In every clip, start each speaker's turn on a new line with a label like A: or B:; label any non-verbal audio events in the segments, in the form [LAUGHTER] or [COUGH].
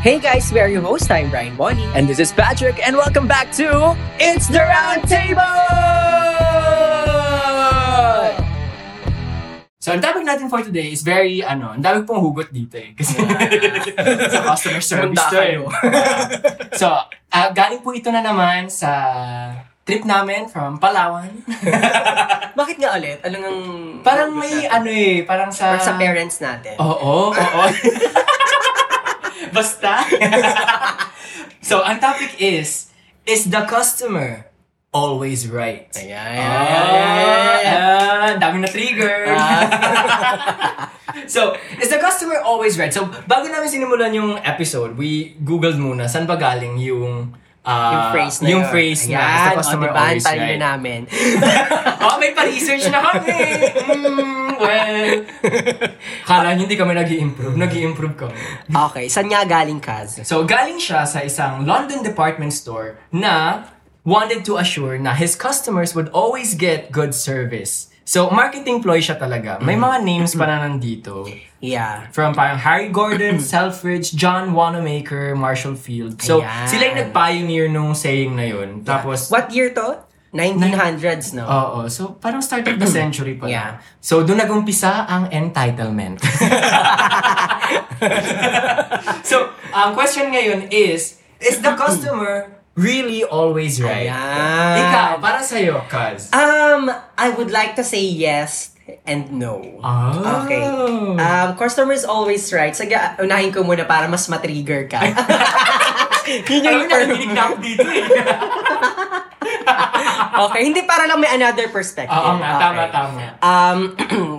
A: Hey guys, we are your host. I'm Brian Bonnie. And this is Patrick. And welcome back to It's the Round Table! So, ang topic natin for today is very, ano, ang dami pong hugot dito eh. Kasi [LAUGHS] sa customer service
B: Munda
A: to eh.
B: kayo.
A: so, ah, galing po ito na naman sa trip namin from Palawan.
B: Bakit nga ulit? Anong ang...
A: Parang may ano Oh. eh, parang sa...
B: Or sa parents natin.
A: Oo, oo, oo. Basta. [LAUGHS] so, ang topic is, is the customer always right?
B: Ayan,
A: Ah, dami na trigger.
B: Ah.
A: [LAUGHS] so, is the customer always right? So, bago namin sinimulan yung episode, we googled muna saan ba galing yung ah,
B: yung phrase na
A: yung
B: yun.
A: phrase na,
B: Ayan,
A: is the customer
B: o, diba?
A: always
B: Ang talino
A: right?
B: namin.
A: [LAUGHS] oh, may pa-research na kami. Mm,
B: [LAUGHS]
A: well, kala niyo hindi kami nag improve nag improve kami.
B: okay, saan nga galing, Kaz?
A: So, galing siya sa isang London department store na wanted to assure na his customers would always get good service. So, marketing ploy siya talaga. May mga names pa na nandito.
B: Yeah.
A: From parang Harry Gordon, Selfridge, John Wanamaker, Marshall Field. So,
B: Ayan.
A: sila yung nag-pioneer nung saying na yun. Tapos,
B: What year to? 1900s, no?
A: Oo. So, parang start [CLEARS THROAT] of the century pa
B: Yeah.
A: lang. So, doon nagumpisa ang entitlement. [LAUGHS] so, ang question ngayon is, is the customer really always right?
B: Ayan.
A: Ikaw, para sa'yo, Kaz.
B: Um, I would like to say yes and no.
A: Oh.
B: Okay. Um, customer is always right. Sige, unahin ko muna para mas matrigger
A: [LAUGHS]
B: ka. Yun
A: Ayun,
B: term.
A: nakikinig na ako dito eh. [LAUGHS]
B: Okay, hindi para lang may another perspective.
A: Oo nga, tama,
B: Okay.
A: tama.
B: Um,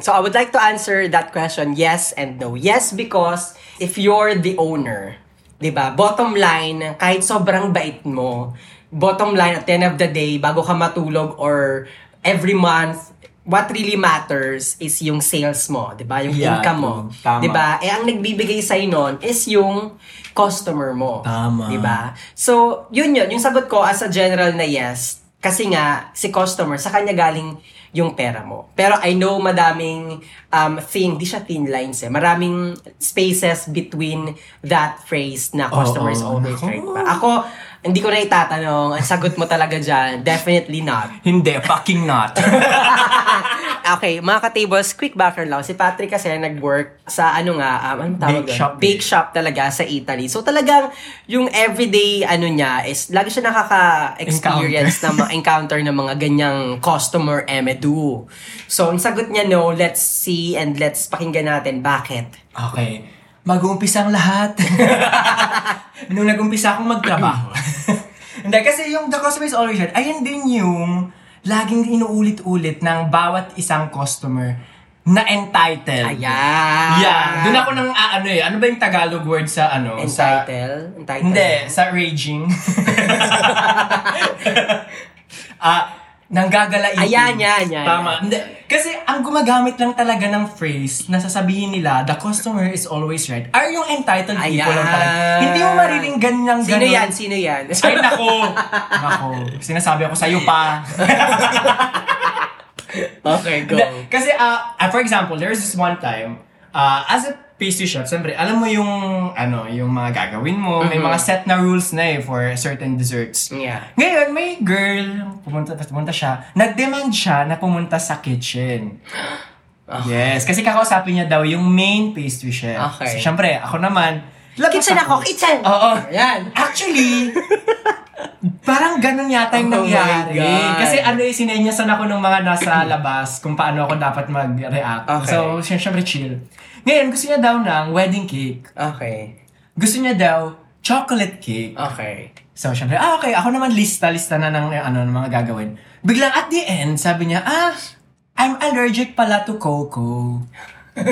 B: so I would like to answer that question yes and no. Yes because if you're the owner, 'di ba? Bottom line, kahit sobrang bait mo, bottom line at the end of the day bago ka matulog or every month what really matters is yung sales mo, 'di ba? Yung
A: Yeah,
B: income mo,
A: true. Tama.
B: 'di ba? Eh ang nagbibigay sa noon is yung customer mo.
A: Tama.
B: 'Di ba? So, yun yun. Yung sagot ko as a general na yes, kasi nga, si customer, sa kanya galing yung pera mo. Pero I know madaming um, thin, di siya thin lines eh. Maraming spaces between that phrase na customer is
A: Oo,
B: always
A: nako.
B: right. Ba? Ako, hindi ko na itatanong, ang sagot mo talaga dyan, definitely not.
A: Hindi, fucking not.
B: Okay, mga ka-tables, quick background lang. Si Patrick kasi nag-work sa ano nga, um, anong tawag
A: Bake
B: doon?
A: shop.
B: Bake shop talaga sa Italy. So talagang yung everyday ano niya is lagi siya nakaka-experience ng mga encounter ng mga ganyang customer emedu. So ang sagot niya no, let's see and let's pakinggan natin bakit.
A: Okay. Mag-uumpisa ang lahat. [LAUGHS] Nung nag-umpisa akong
B: [LAUGHS]
A: magtrabaho. Hindi, kasi yung The Customer is Always Right, ayan din yung laging inuulit-ulit ng bawat isang customer na entitled.
B: Ayan.
A: Yeah. Doon ako nang aano eh. Ano ba yung Tagalog word sa ano? Sa,
B: Entitled? Entitled?
A: hindi, sa raging. [LAUGHS] Ah, nanggagala nanggagalain.
B: Ayan, yan, yan.
A: Tama. Hindi. Kasi ang gumagamit lang talaga ng phrase na sasabihin nila, the customer is always right, are yung entitled people lang talaga.
B: Ayan.
A: Hindi mo mariling ganyan
B: Sino yan? Sino yan?
A: [LAUGHS] Ay, nako! nako. Sinasabi ako sa'yo pa.
B: okay, go.
A: Hindi. Kasi, ah, ah, for example, there's this one time, ah, as a pastry chef, siyempre, alam mo yung, ano, yung mga gagawin mo, may mga set na rules na eh for certain desserts.
B: Yeah.
A: Ngayon, may girl, pumunta, pumunta siya, nag-demand siya na pumunta sa kitchen.
B: Ah.
A: Yes, kasi kakausapin niya daw yung main pastry chef.
B: Okay.
A: So, siyempre, ako naman, labas
B: Kitchen ako, kitchen!
A: Oo.
B: Ayan.
A: Actually, parang ganun yata yung
B: Oh my
A: nangyari.
B: God.
A: Kasi ano eh, sinenyasan ako ng mga nasa labas kung paano ako dapat mag-react.
B: Okay.
A: So, sy- syempre chill. Ngayon, gusto niya daw ng wedding cake.
B: Okay.
A: Gusto niya daw chocolate cake.
B: Okay.
A: So, syempre, ah, okay, ako naman lista-lista na ng, eh, ano, ng mga gagawin. Biglang at the end, sabi niya, ah, I'm allergic pala to cocoa.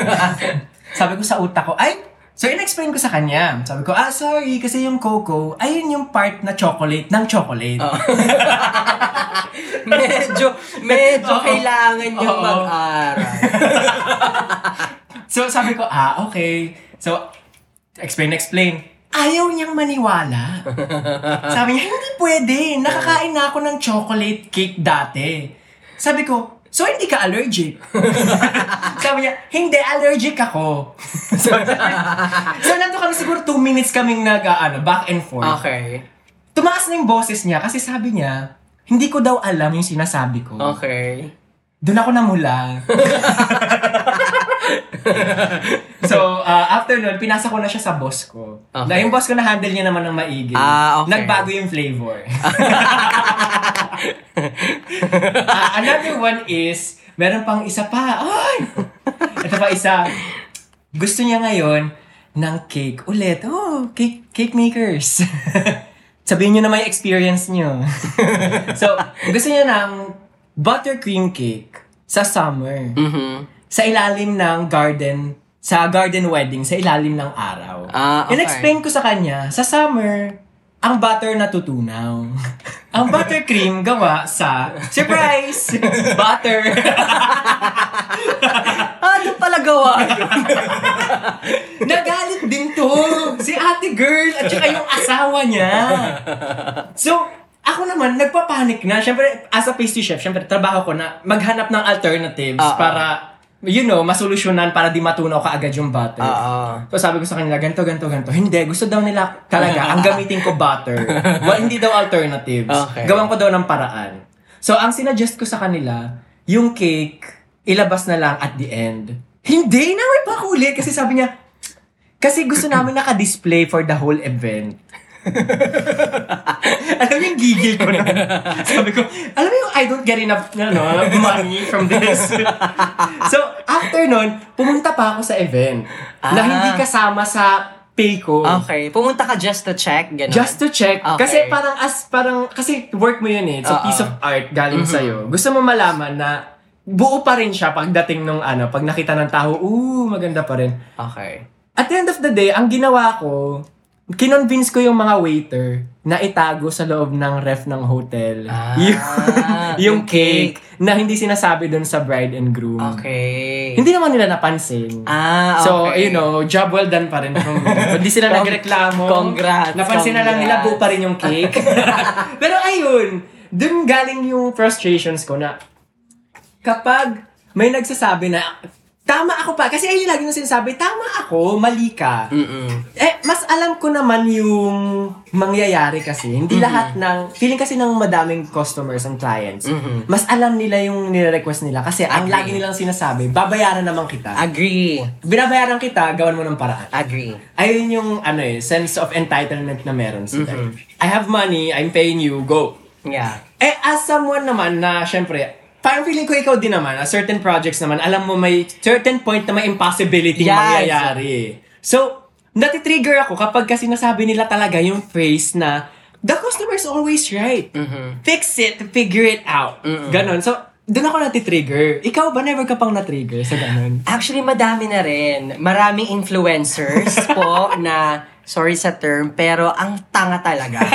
A: [LAUGHS] sabi ko sa utak ko, ay, so in-explain ko sa kanya. Sabi ko, ah, sorry, kasi yung cocoa, ayun yung part na chocolate ng chocolate.
B: Ah. [LAUGHS] medyo, medyo
A: Oo.
B: kailangan yung
A: Oo. [LAUGHS]
B: mag-aral.
A: So, sabi ko, ah, okay. So, explain, explain. Ayaw niyang maniwala. sabi niya, hindi pwede. Nakakain na ako ng chocolate cake dati. Sabi ko, so hindi ka allergic? [LAUGHS] [LAUGHS] sabi niya, hindi, allergic ako. so, sabi- so nandun kami siguro 2 minutes kaming nag, ah, ano, back and forth.
B: Okay.
A: Tumaas na yung boses niya kasi sabi niya, hindi ko daw alam yung sinasabi ko.
B: Ah. Okay.
A: Doon ako namula. so, uh, after nun, pinasa ko na siya sa boss ko.
B: Okay.
A: Dahil yung boss ko na-handle niya naman ng maigi.
B: Ah, okay.
A: Nagbago yung
B: [LAUGHS]
A: flavor. Ah, another one is, meron pang isa pa. Ay! Ito pa isa. Gusto niya ngayon ng cake ulit. Oh, cake, cake makers. [LAUGHS] Sabihin niyo na may experience niyo. [LAUGHS] so, gusto niya ng buttercream cake sa summer.
B: Mhm.
A: Sa ilalim ng garden, sa garden wedding, sa ilalim ng araw.
B: Ah, okay.
A: In-explain ko sa kanya, sa summer, ang butter natutunaw. [LAUGHS] ang buttercream gawa sa,
B: [LAUGHS]
A: surprise, butter.
B: Ah, doon pala gawa yun.
A: [LAUGHS] [LAUGHS] Nagalit din to. Si ate girl at saka yung asawa niya. So, ako naman, nagpapanik na. Siyempre, as a pastry chef, siyempre, trabaho ko na maghanap ng alternatives
B: Oo.
A: para, you know, masolusyonan para di matunaw kaagad yung butter.
B: Oo.
A: So sabi ko sa kanila, ganito, ganito, ganito. Hindi, gusto daw nila talaga, ang gamitin ko butter. Well, hindi daw alternatives.
B: Okay.
A: Gawan ko daw ng paraan. So ang sinadjust ko sa kanila, yung cake, ilabas na lang at the end. Hindi, naman pa ako ulit. Kasi sabi niya, kasi gusto namin naka-display for the whole event. alam niyo yung gigil ko
B: [LAUGHS]
A: na. Sabi ko, alam mo yung I don't get enough na, no, money from this. [LAUGHS] so, after nun, pumunta pa ako sa event na
B: Ah.
A: hindi kasama sa pay ko.
B: Okay. Pumunta ka just to check, gano'n.
A: Just to check.
B: Okay. Ah,
A: Kasi parang as, parang, kasi work mo yun eh. It's a
B: Oo.
A: piece of art galing
B: Mm-hmm.
A: sa'yo. Gusto mo malaman na buo pa rin siya pagdating nung ano, pag nakita ng tao, ooh, maganda pa rin.
B: Okay.
A: At the end of the day, ang ginawa ko, kinonvince ko yung mga waiter na itago sa loob ng ref ng hotel
B: Ah,
A: [LAUGHS] yung, yung
B: yung
A: cake, na hindi sinasabi doon sa bride and groom.
B: Okay.
A: Mm. Hindi naman nila napansin.
B: Ah, okay.
A: So, you know, job well done pa rin. from me. Hindi sila
B: Cong-
A: nagreklamo.
B: congrats,
A: Napansin na lang nila,
B: congrats.
A: buo pa rin yung
B: [LAUGHS]
A: cake. Pero ayun, dun galing yung frustrations ko na kapag may nagsasabi na tama ako pa, kasi ayun yung lagi na sinasabi, tama ako, mali ka.
B: Mm-mm.
A: Eh, mas alam ko naman yung mangyayari kasi. Hindi lahat
B: Mm-hmm.
A: ng, feeling kasi ng madaming customers and clients,
B: Mhm.
A: mas alam nila yung nire-request nila. Kasi ang
B: Agree.
A: lagi nilang sinasabi, babayaran naman kita.
B: Agree.
A: Binabayaran kita, gawan mo ng paraan.
B: Agree.
A: Ayun yung ano eh, sense of entitlement na meron sila. I have money, I'm paying you, go.
B: Yeah.
A: Eh, as someone naman na, syempre, parang feeling ko ikaw din naman, ah, certain projects naman, alam mo may certain point na may impossibility
B: Yes.
A: mangyayari. eh. So, natitrigger ako kapag kasi nasabi nila talaga yung phrase na, the customer's always right. Fix it, figure it out. Ganon. So, doon ako natitrigger. Ikaw ba never ka pang natrigger sa ganon?
B: Actually, madami na rin. Maraming
A: [LAUGHS]
B: influencers po na, sorry sa term, pero ang tanga talaga.
A: [LAUGHS]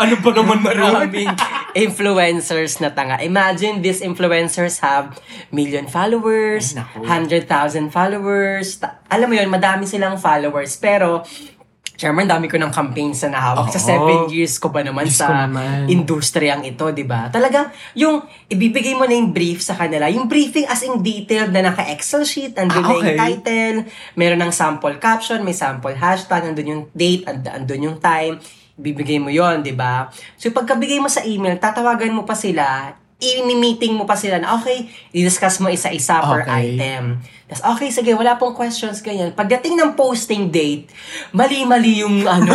A: ano ba naman
B: Maraming influencers na tanga. Imagine these influencers have million followers,
A: Ay, naku.
B: 100,000 followers. Ta- alam mo yun, madami silang followers. Pero, Chairman, dami ko ng campaigns na nahawak. Sa
A: Oo.
B: seven years ko ba naman
A: Diyos ko
B: sa
A: naman.
B: industriyang ito, di ba? Talagang, yung ibibigay mo na yung brief sa kanila, yung briefing as in detailed na naka-Excel sheet, andun
A: Ah,
B: na yung
A: okay.
B: title, meron ng sample caption, may sample hashtag, andun yung date, and, andun yung time, bibigay mo yon di ba? So, pagkabigay mo sa email, tatawagan mo pa sila, i-meeting mo pa sila na, okay, i-discuss mo isa-isa per
A: Okay.
B: item. Tapos, okay, sige, wala pong questions, ganyan. Pagdating ng posting date, mali-mali yung,
A: [LAUGHS]
B: ano,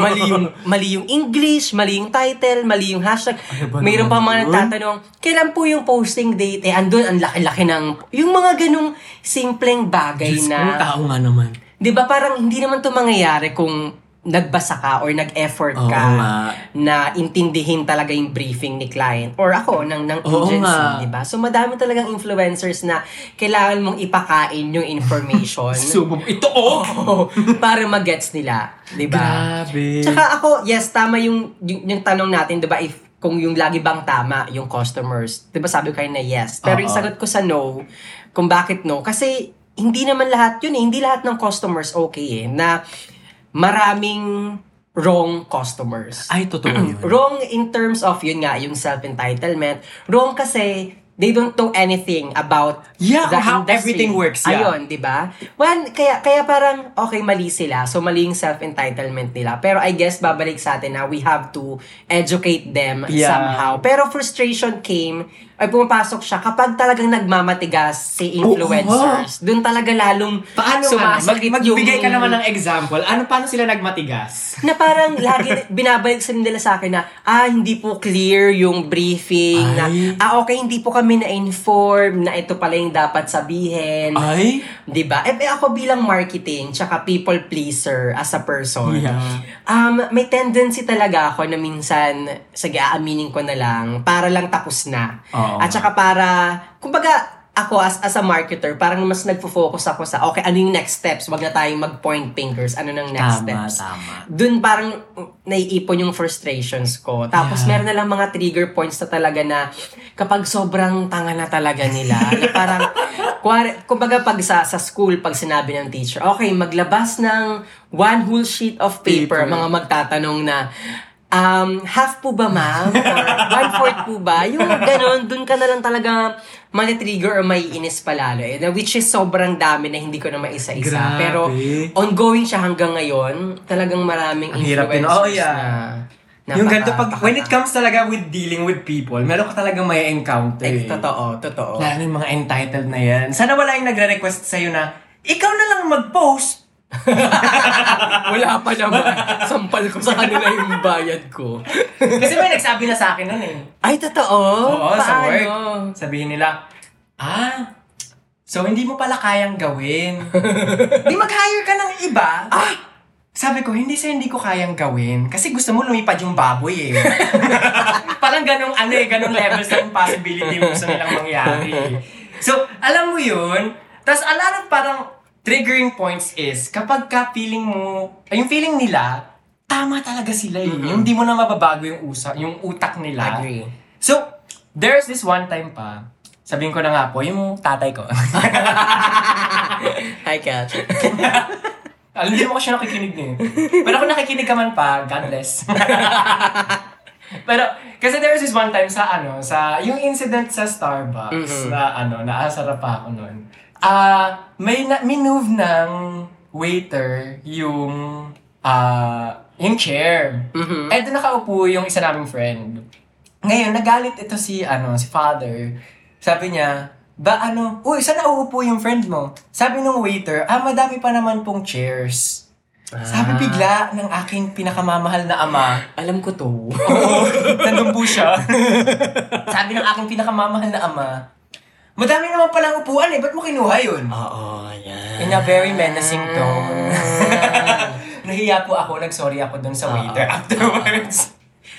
B: mali yung, mali yung English, mali yung title, mali yung hashtag.
A: ba
B: Mayroon pa
A: naman
B: mga
A: yun?
B: nagtatanong, kailan po yung posting date? Eh, andun, ang laki-laki ng, yung mga ganong simpleng bagay
A: Diyos
B: na,
A: ko, tao nga naman.
B: di ba parang hindi naman to mangyayari kung nagbasa ka or nag-effort
A: Oo
B: ka
A: nga.
B: na intindihin talaga yung briefing ni client or ako ng ng
A: Oo
B: agency,
A: nga.
B: di ba? So madami talagang influencers na kailangan mong ipakain yung
A: [LAUGHS]
B: information
A: Subog. Ito oh!
B: para magets nila, di ba?
A: Grabe.
B: Diba? Tsaka ako, yes, tama yung, yung, yung tanong natin, di ba, if kung yung lagi bang tama yung customers. Di ba sabi ko kayo na yes. Pero yung
A: Oo.
B: sagot ko sa no, kung bakit no, kasi hindi naman lahat yun eh. Hindi lahat ng customers okay eh. Na maraming wrong customers. [CLEARS THROAT] Mm-hmm.
A: Ay, totoo yun.
B: Wrong in terms of, yun nga, yung self-entitlement. Wrong kasi they don't know anything about
A: Yeah,
B: the
A: kung how
B: industry.
A: everything works, yeah.
B: Ayun, di ba? Well, kaya, kaya parang, okay, mali sila. So, mali yung self-entitlement nila. Pero I guess, babalik sa atin na we have to educate them
A: Yeah.
B: somehow. Pero frustration came, ay pumapasok siya, kapag talagang nagmamatigas si influencers, dun talaga lalong
A: Paano ka? Mag,
B: sumasakit
A: magbigay ka
B: yung-
A: naman ng example. Ano, paano sila nagmatigas?
B: na parang lagi
A: [LAUGHS]
B: binabalik sa nila sa akin na, ah, hindi po clear yung briefing, na,
A: Ay.
B: ah, okay, hindi po kami na-inform na ito pala yung dapat sabihin.
A: Ay?
B: 'Di ba? Eh, eh, ako bilang marketing tsaka people pleaser as a person.
A: Yeah.
B: Um may tendency talaga ako na minsan sige aaminin ko na lang para lang tapos na.
A: Oo.
B: At tsaka para kumbaga ako as as a marketer, parang mas nagfo-focus ako sa okay, ano yung next steps? Wag na tayong mag-point fingers. Ano ng next
A: Tama,
B: steps?
A: tama.
B: Doon parang mm, naiipon yung frustrations ko. Tapos
A: Yeah.
B: meron na lang mga trigger points na talaga na kapag sobrang tanga na talaga nila, [LAUGHS] na parang, kuwari- kumbaga pag sa, sa school, pag sinabi ng teacher, okay, maglabas ng one whole sheet of paper,
A: Paper.
B: mga magtatanong na, um, half po ba ma'am? Or one-fourth po ba? Yung ganun, dun ka na lang talaga matitrigger or maiinis pa lalo. Eh, na which is sobrang dami na hindi ko na maisa-isa.
A: Grabe.
B: Pero ongoing siya hanggang ngayon. Talagang maraming
A: Ang hirap
B: influencers
A: din. Oh, yeah.
B: na
A: yung ganito, pag,
B: napaka-
A: when it comes talaga with dealing with people, meron ka talaga may encounter.
B: Eh,
A: eh.
B: totoo, totoo.
A: Lalo yung mga entitled na yan. Sana wala yung nagre-request sa'yo na, ikaw na lang mag-post.
B: [LAUGHS] Wala pa
A: [LAUGHS]
B: naman. Sampal ko sa kanila yung bayad ko.
A: Kasi may nagsabi na sa akin nun eh.
B: Ay, totoo?
A: Oo,
B: Paano?
A: sa work. Sabihin nila, ah, so hindi mo pala kayang
B: [LAUGHS]
A: gawin. Di mag-hire ka ng iba. Ah! Sabi ko, hindi sa hindi ko kayang gawin. Kasi gusto mo lumipad yung
B: [LAUGHS]
A: baboy eh. Parang ganong ano eh, ganong levels ng possibility yung gusto nilang mangyari. So, alam mo yun. Tapos a lot of parang triggering points is kapag ka feeling mo, ay yung feeling nila, tama talaga sila eh. Yung di mo na mababago yung, usa, yung utak nila.
B: Agree.
A: So, there's this one time pa, sabihin ko na nga po, yung tatay ko. [LAUGHS]
B: Hi, Kat.
A: Alam, hindi mo ko siya nakikinig niya. eh. Pero kung nakikinig ka man pa, God bless. [LAUGHS] Pero, kasi there was this one time sa ano, sa, yung incident sa
B: Mhm.
A: Starbucks, na ano, naasara pa ako noon. Ah, may na, minove ng waiter yung, ah, yung chair.
B: Mhm.
A: Eh, doon nakaupo yung isa naming friend. Ngayon, nagalit ito si, ano, si father. Sabi niya, ba ano, uy, saan nauupo yung friend mo? Sabi ng waiter, ah, madami pa naman pong chairs. [LAUGHS] Sabi
B: Ah.
A: bigla ng aking pinakamamahal na ama,
B: Alam ko to.
A: [LAUGHS] nandun po siya. Sabi ng aking pinakamamahal na ama, madami naman palang upuan eh, ba't mo kinuha yun?
B: Oo, yan.
A: In a very menacing tone. [LAUGHS] Nahiya po ako, nag-sorry ako dun sa waiter afterwards.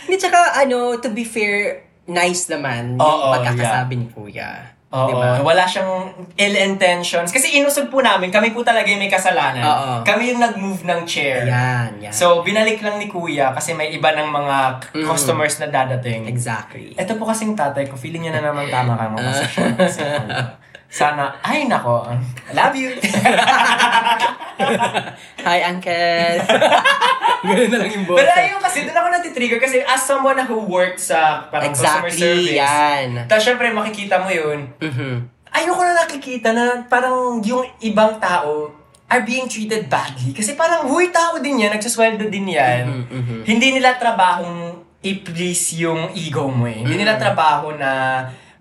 B: Hindi, tsaka ano, to be fair, nice naman yung
A: Oo,
B: pagkakasabi ni Kuya.
A: Oo,
B: Di ba?
A: wala siyang ill intentions. Kasi inusog po namin, kami po talaga yung may kasalanan.
B: Oo.
A: Kami yung nag-move ng chair.
B: Yan, yan.
A: So, binalik lang ni kuya kasi may iba ng mga k-
B: Mm.
A: customers na dadating.
B: exactly.
A: Ito po kasing tatay ko, feeling niya na naman tama ka mo kasi siya.
B: Ah.
A: Kasi ano, Sana, ay nako, um, I love
B: [LAUGHS]
A: you.
B: Hi,
A: [LAUGHS]
B: Uncle. Ganun na lang yung
A: Pero ayun kasi, doon ako natitrigger kasi as someone who worked sa parang customer
B: Exactly,
A: service.
B: yan. Mm-hmm.
A: Tapos syempre makikita mo yun. Ayoko na nakikita na parang yung ibang tao are being treated badly. Kasi parang huy tao din yan, nagsasweldo din yan.
B: Mhm, mhm.
A: Hindi nila trabahong i-please yung ego mo eh. Hindi
B: Mm-hmm.
A: nila trabaho na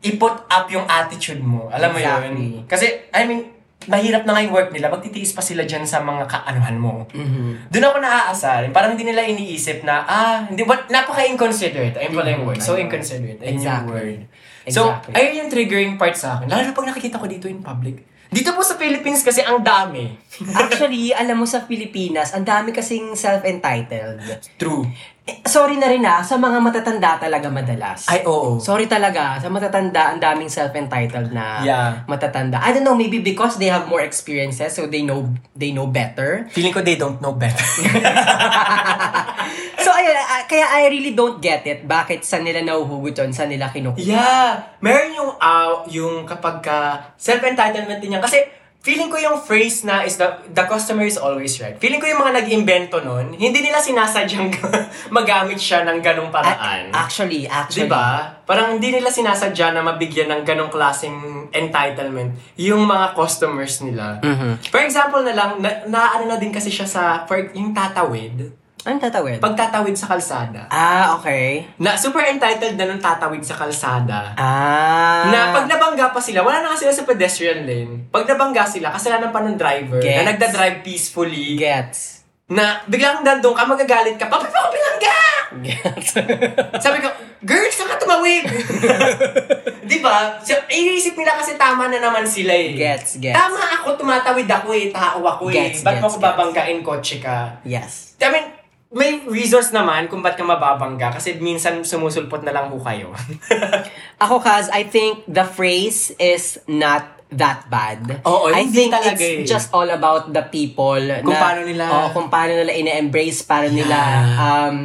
A: i-put up yung attitude mo. Alam mo
B: Exactly.
A: yun? Kasi, I mean, mahirap na nga yung work nila. Magtitiis pa sila dyan sa mga kaanuhan mo.
B: Mm-hmm.
A: Doon ako naaasar. Parang hindi nila iniisip na, ah, hindi, but napaka-inconsiderate. Ayun pala yung word. So inconsiderate. Ayun
B: Mm-hmm. Exactly.
A: yung word.
B: Exactly.
A: So, ayun yung triggering part sa akin. Lalo na pag nakikita ko dito in public. Dito po sa Philippines kasi ang dami.
B: Actually, alam mo sa Pilipinas, ang dami kasing self-entitled.
A: True.
B: Eh, sorry na rin ah, sa mga matatanda talaga madalas.
A: Ay, oo.
B: Sorry talaga, sa matatanda, ang daming self-entitled na
A: Yeah.
B: matatanda. I don't know, maybe because they have more experiences, so they know they know better. [LAUGHS]
A: Feeling ko they don't know better. [LAUGHS]
B: So, ayun, ah, kaya I really don't get it. Bakit sa nila nahuhugot yun, sa nila kinukuha.
A: uh, Yeah. Meron yung, aw yung kapag ka self-entitlement din yan. Kasi feeling ko yung phrase na is the, the customer is always right. Feeling ko yung mga nag-invento nun, hindi nila sinasadyang [LAUGHS] magamit siya ng ganong paraan.
B: Actually, actually.
A: Diba? Parang hindi nila sinasadya na mabigyan ng ganong klaseng entitlement yung mga customers nila.
B: Mm-hmm.
A: For example na lang, na, naano na din kasi siya sa, for, yung tatawid.
B: Anong tatawid?
A: Pagtatawid sa kalsada.
B: ah, okay.
A: Na super entitled na nung tatawid sa kalsada.
B: Ah.
A: Na pag nabangga pa sila, wala na nga sila sa pedestrian lane. Pag nabangga sila, kasalanan pa ng driver
B: Gets.
A: na nagda-drive peacefully.
B: Gets.
A: Na biglang nandun ka, magagalit ka, Papa, pa bilangga!
B: Gets. [LAUGHS]
A: Sabi ko, girls, saan ka tumawid? di ba? So, iniisip nila kasi tama na naman sila eh.
B: Gets, gets.
A: Tama ako, tumatawid ako eh, tao ako
B: Gets,
A: eh. Ba't mo
B: gets,
A: ako
B: gets.
A: babanggain, kotse ka?
B: yes.
A: I mean, may reasons naman kung ba't ka mababangga kasi minsan sumusulpot na lang ho
B: [LAUGHS]
A: kayo.
B: Ako, Kaz, I think the phrase is not that bad.
A: Oo,
B: I think
A: hindi talaga
B: it's
A: eh.
B: just all about the people.
A: Kung
B: na-
A: paano nila-
B: Oo, kung paano nila ine-embrace, paano nila, um,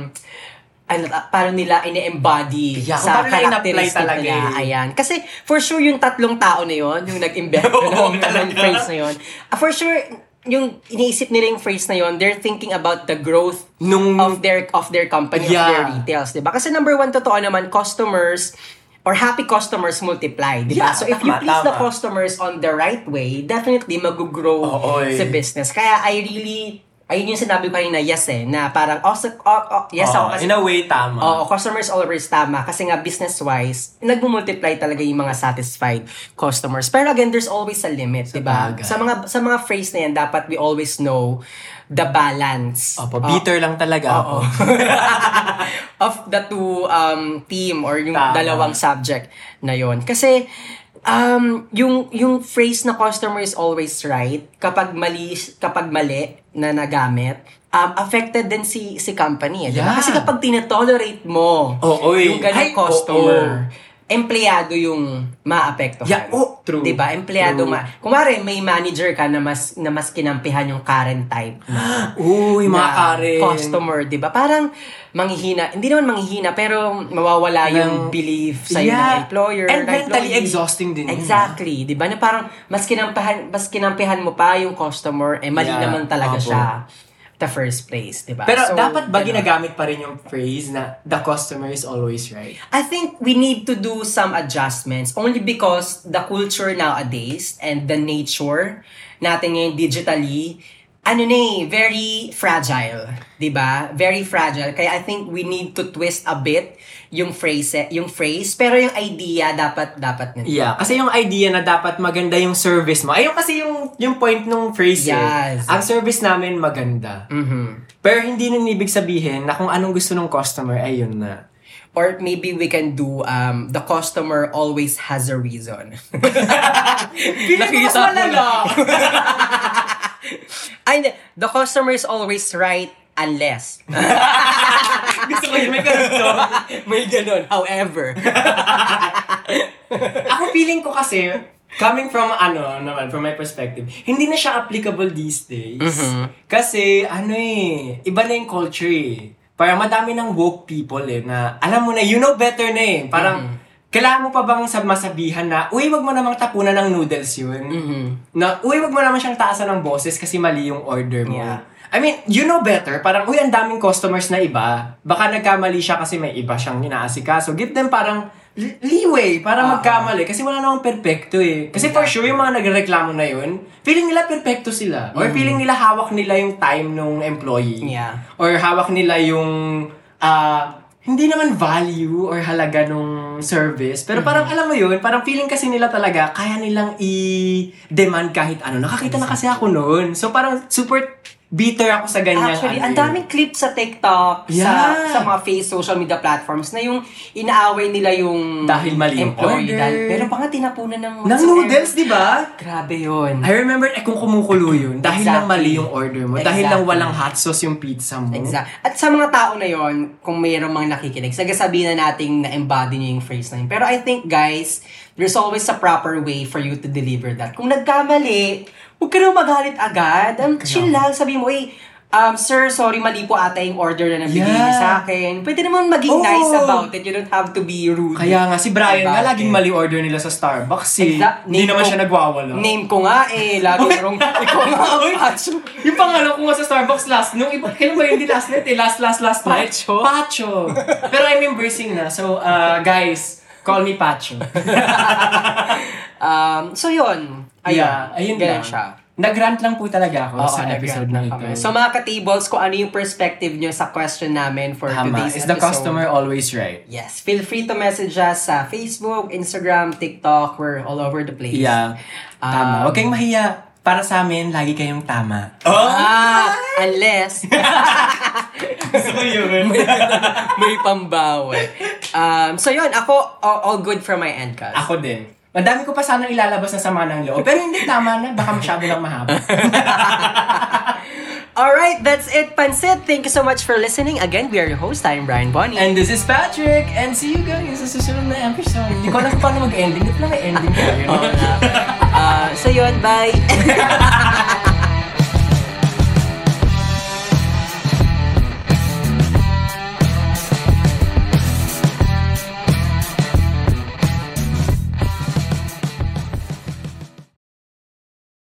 B: ano, ta- paano nila ine-embody
A: Yeah, kung
B: sa
A: paano nila in-apply
B: characteristic
A: talaga
B: nila.
A: eh.
B: Ayan. Kasi, for sure, yung tatlong tao na yon yung
A: [LAUGHS]
B: nag-invent
A: Oo,
B: ng, ng
A: talaga.
B: phrase na yon Ah, for sure, yung iniisip nila yung phrase na yon they're thinking about the growth
A: Nung-
B: of their of their company, of
A: Yeah.
B: their details, 'di ba? Kasi number one totoo naman customers or happy customers multiply, 'di ba?
A: Yeah,
B: so if you
A: tama,
B: please the
A: tama.
B: customers on the right way, definitely mag-grow
A: Oo, eh.
B: sa business. Kaya I really ayun yung sinabi ko kanina, yes eh, na parang oh, sa- oh, oh, yes ako
A: Oo,
B: kasi
A: in a way, tama.
B: Oo, customers always tama kasi nga business-wise, nagmumultiply talaga yung mga satisfied customers. Pero again, there's always a limit, 'di ba?
A: bagay.
B: Sa mga sa mga phrase na yan, dapat we always know the balance.
A: Opo,
B: Oo.
A: bitter lang talaga ako.
B: [LAUGHS] of the two um, team or yung
A: Tama.
B: dalawang subject na yon. Kasi um, yung yung phrase na customer is always right kapag mali kapag mali na nagamit um, affected din si si company eh, di ba?
A: Yeah.
B: Kasi kapag tinetolerate mo
A: Oo, eh.
B: yung ganung
A: Ay,
B: customer
A: oo.
B: empleyado yung maapektuhan.
A: Yeah, oh, true.
B: 'Di ba? Empleyado
A: True.
B: ma. Kumare may manager ka na mas na mas kinampihan yung current type
A: Ah.
B: na
A: Uy, mga
B: na
A: Karen.
B: customer, 'di ba? Parang manghihina, hindi naman manghihina, pero mawawala yung
A: Ng-
B: belief sa ng employer.
A: And
B: ng
A: mentally
B: employee.
A: exhausting din. yun.
B: Exactly, 'di ba? Na parang mas kinampihan, mas kinampihan mo pa yung customer, eh mali
A: Yeah,
B: naman talaga
A: opo.
B: siya the first place, 'di ba?
A: Pero
B: So,
A: dapat ba
B: ganun.
A: ginagamit pa rin yung phrase na the customer is always right?
B: I think we need to do some adjustments only because the culture nowadays and the nature natin ngayon digitally, ano na eh, very fragile, 'di ba? Very fragile. Kaya I think we need to twist a bit yung phrase, yung phrase, pero yung idea dapat dapat na.
A: Yeah, kasi yung idea na dapat maganda yung service mo. Ayun kasi yung yung point nung phrase. eh.
B: Yes.
A: Ang service namin maganda.
B: Mhm.
A: Pero hindi nun ibig sabihin na kung anong gusto ng customer ay yun na.
B: Or maybe we can do um the customer always has a reason.
A: Feeling ko
B: Nakita
A: mas
B: ko [LAUGHS]
A: malala.
B: And the customer is always right unless
A: gusto ko yung may ganun [LAUGHS] doon.
B: may ganun.
A: [LAUGHS]
B: However,
A: Ako feeling ko kasi, coming from ano naman, from my perspective, hindi na siya applicable these days. Kasi ano eh, iba na yung culture eh. Parang madami ng woke people eh, na alam mo na, you know better na eh. Parang, kailangan mo pa bang sab- masabihan na, uy, wag mo namang tapunan ng noodles yun. Na, uy, wag mo naman siyang taasan ng boses kasi mali yung order mo.
B: Yeah.
A: I mean, you know better. Parang, uy, ang daming customers na iba. Baka nagkamali siya kasi may iba siyang inaasikaso. Give them parang li- leeway para magkamali. Kasi wala namang perfecto eh. Kasi for sure, yung mga nagreklamo na yun, feeling nila perfecto sila. Or feeling nila hawak nila yung time ng employee.
B: Yeah.
A: Or hawak nila yung, ah, hindi naman value or halaga nung service.
B: Mm-hmm.
A: Pero parang alam mo yun, parang feeling kasi nila talaga, kaya nilang i-demand kahit ano. Nakakita na kasi ako noon. So parang super bitter ako sa ganyan.
B: Actually, ang
A: eh.
B: daming clips sa TikTok,
A: Yeah.
B: sa, sa mga face social media platforms na yung inaaway nila yung
A: Dahil mali yung order.
B: pero baka tinapunan ng...
A: Ng noodles, di ba?
B: Grabe yun.
A: I remember, eh, kung kumukulo yun, dahil
B: Exactly.
A: lang mali yung order mo, dahil lang
B: Exactly.
A: walang hot sauce yung pizza mo.
B: Exact. At sa mga tao na yon, kung mayroong mga nakikinig, sabi na nating na-embody niyo yung phrase na yun. Pero I think, guys, there's always a proper way for you to deliver that. Kung nagkamali, huwag ka na magalit agad. Um, chill lang. Sabi mo, eh, um, sir, sorry, mali po ata yung order na nabigay
C: Yeah.
B: niyo sa akin. Pwede naman maging
C: Oo.
B: nice about it. You don't have to be rude.
C: Kaya nga, eh. si Brian nga,
B: Bakit?
C: laging mali order nila sa Starbucks eh.
B: Exact-
C: Hindi
B: name
C: naman
B: ko-
C: siya nagwawala.
B: Name ko nga eh, lagi wrong. [LAUGHS] Ikaw nga ang macho.
A: Yung pangalan ko nga sa Starbucks last, nung iba, kailan ba yun di last night eh? Last, last, last night?
B: Pacho?
A: Pacho. Pero I'm embracing na. So, uh, guys, call me
B: [LAUGHS]
A: Pacho.
B: Um, so yun. Ayun.
A: yeah, ayun
B: Ganun
A: lang.
B: siya.
A: Nag-rant lang po talaga ako
B: Oo,
A: sa episode ng
B: nag-rant kami.
A: ito.
B: So mga ka-tables, kung ano yung perspective nyo sa question namin for
A: Tama.
B: today's
A: Is
B: episode.
A: the customer always right?
B: Yes. Feel free to message us sa Facebook, Instagram, TikTok. We're all over the place.
C: Yeah. Tama.
B: Um,
C: Huwag kayong mahiya. Para sa amin, lagi kayong tama.
B: [LAUGHS] Ah, unless
C: Gusto ko yun.
B: may pambawi. Um, so yun, ako, all, all good from my end, Kaz.
A: Ako din. Madami ko pa sanang ilalabas na sama ng loob. Pero hindi tama na. Baka masyado lang mahaba.
B: Alright, that's it, Pansit. Thank you so much for listening. Again, we are your host. I'm Brian Bonnie.
A: And this is Patrick. And see you guys sa susunod na episode. Hindi ko alam kung paano mag-ending. Hindi pala may ending tayo.
B: uh, so yun, bye. [LAUGHS]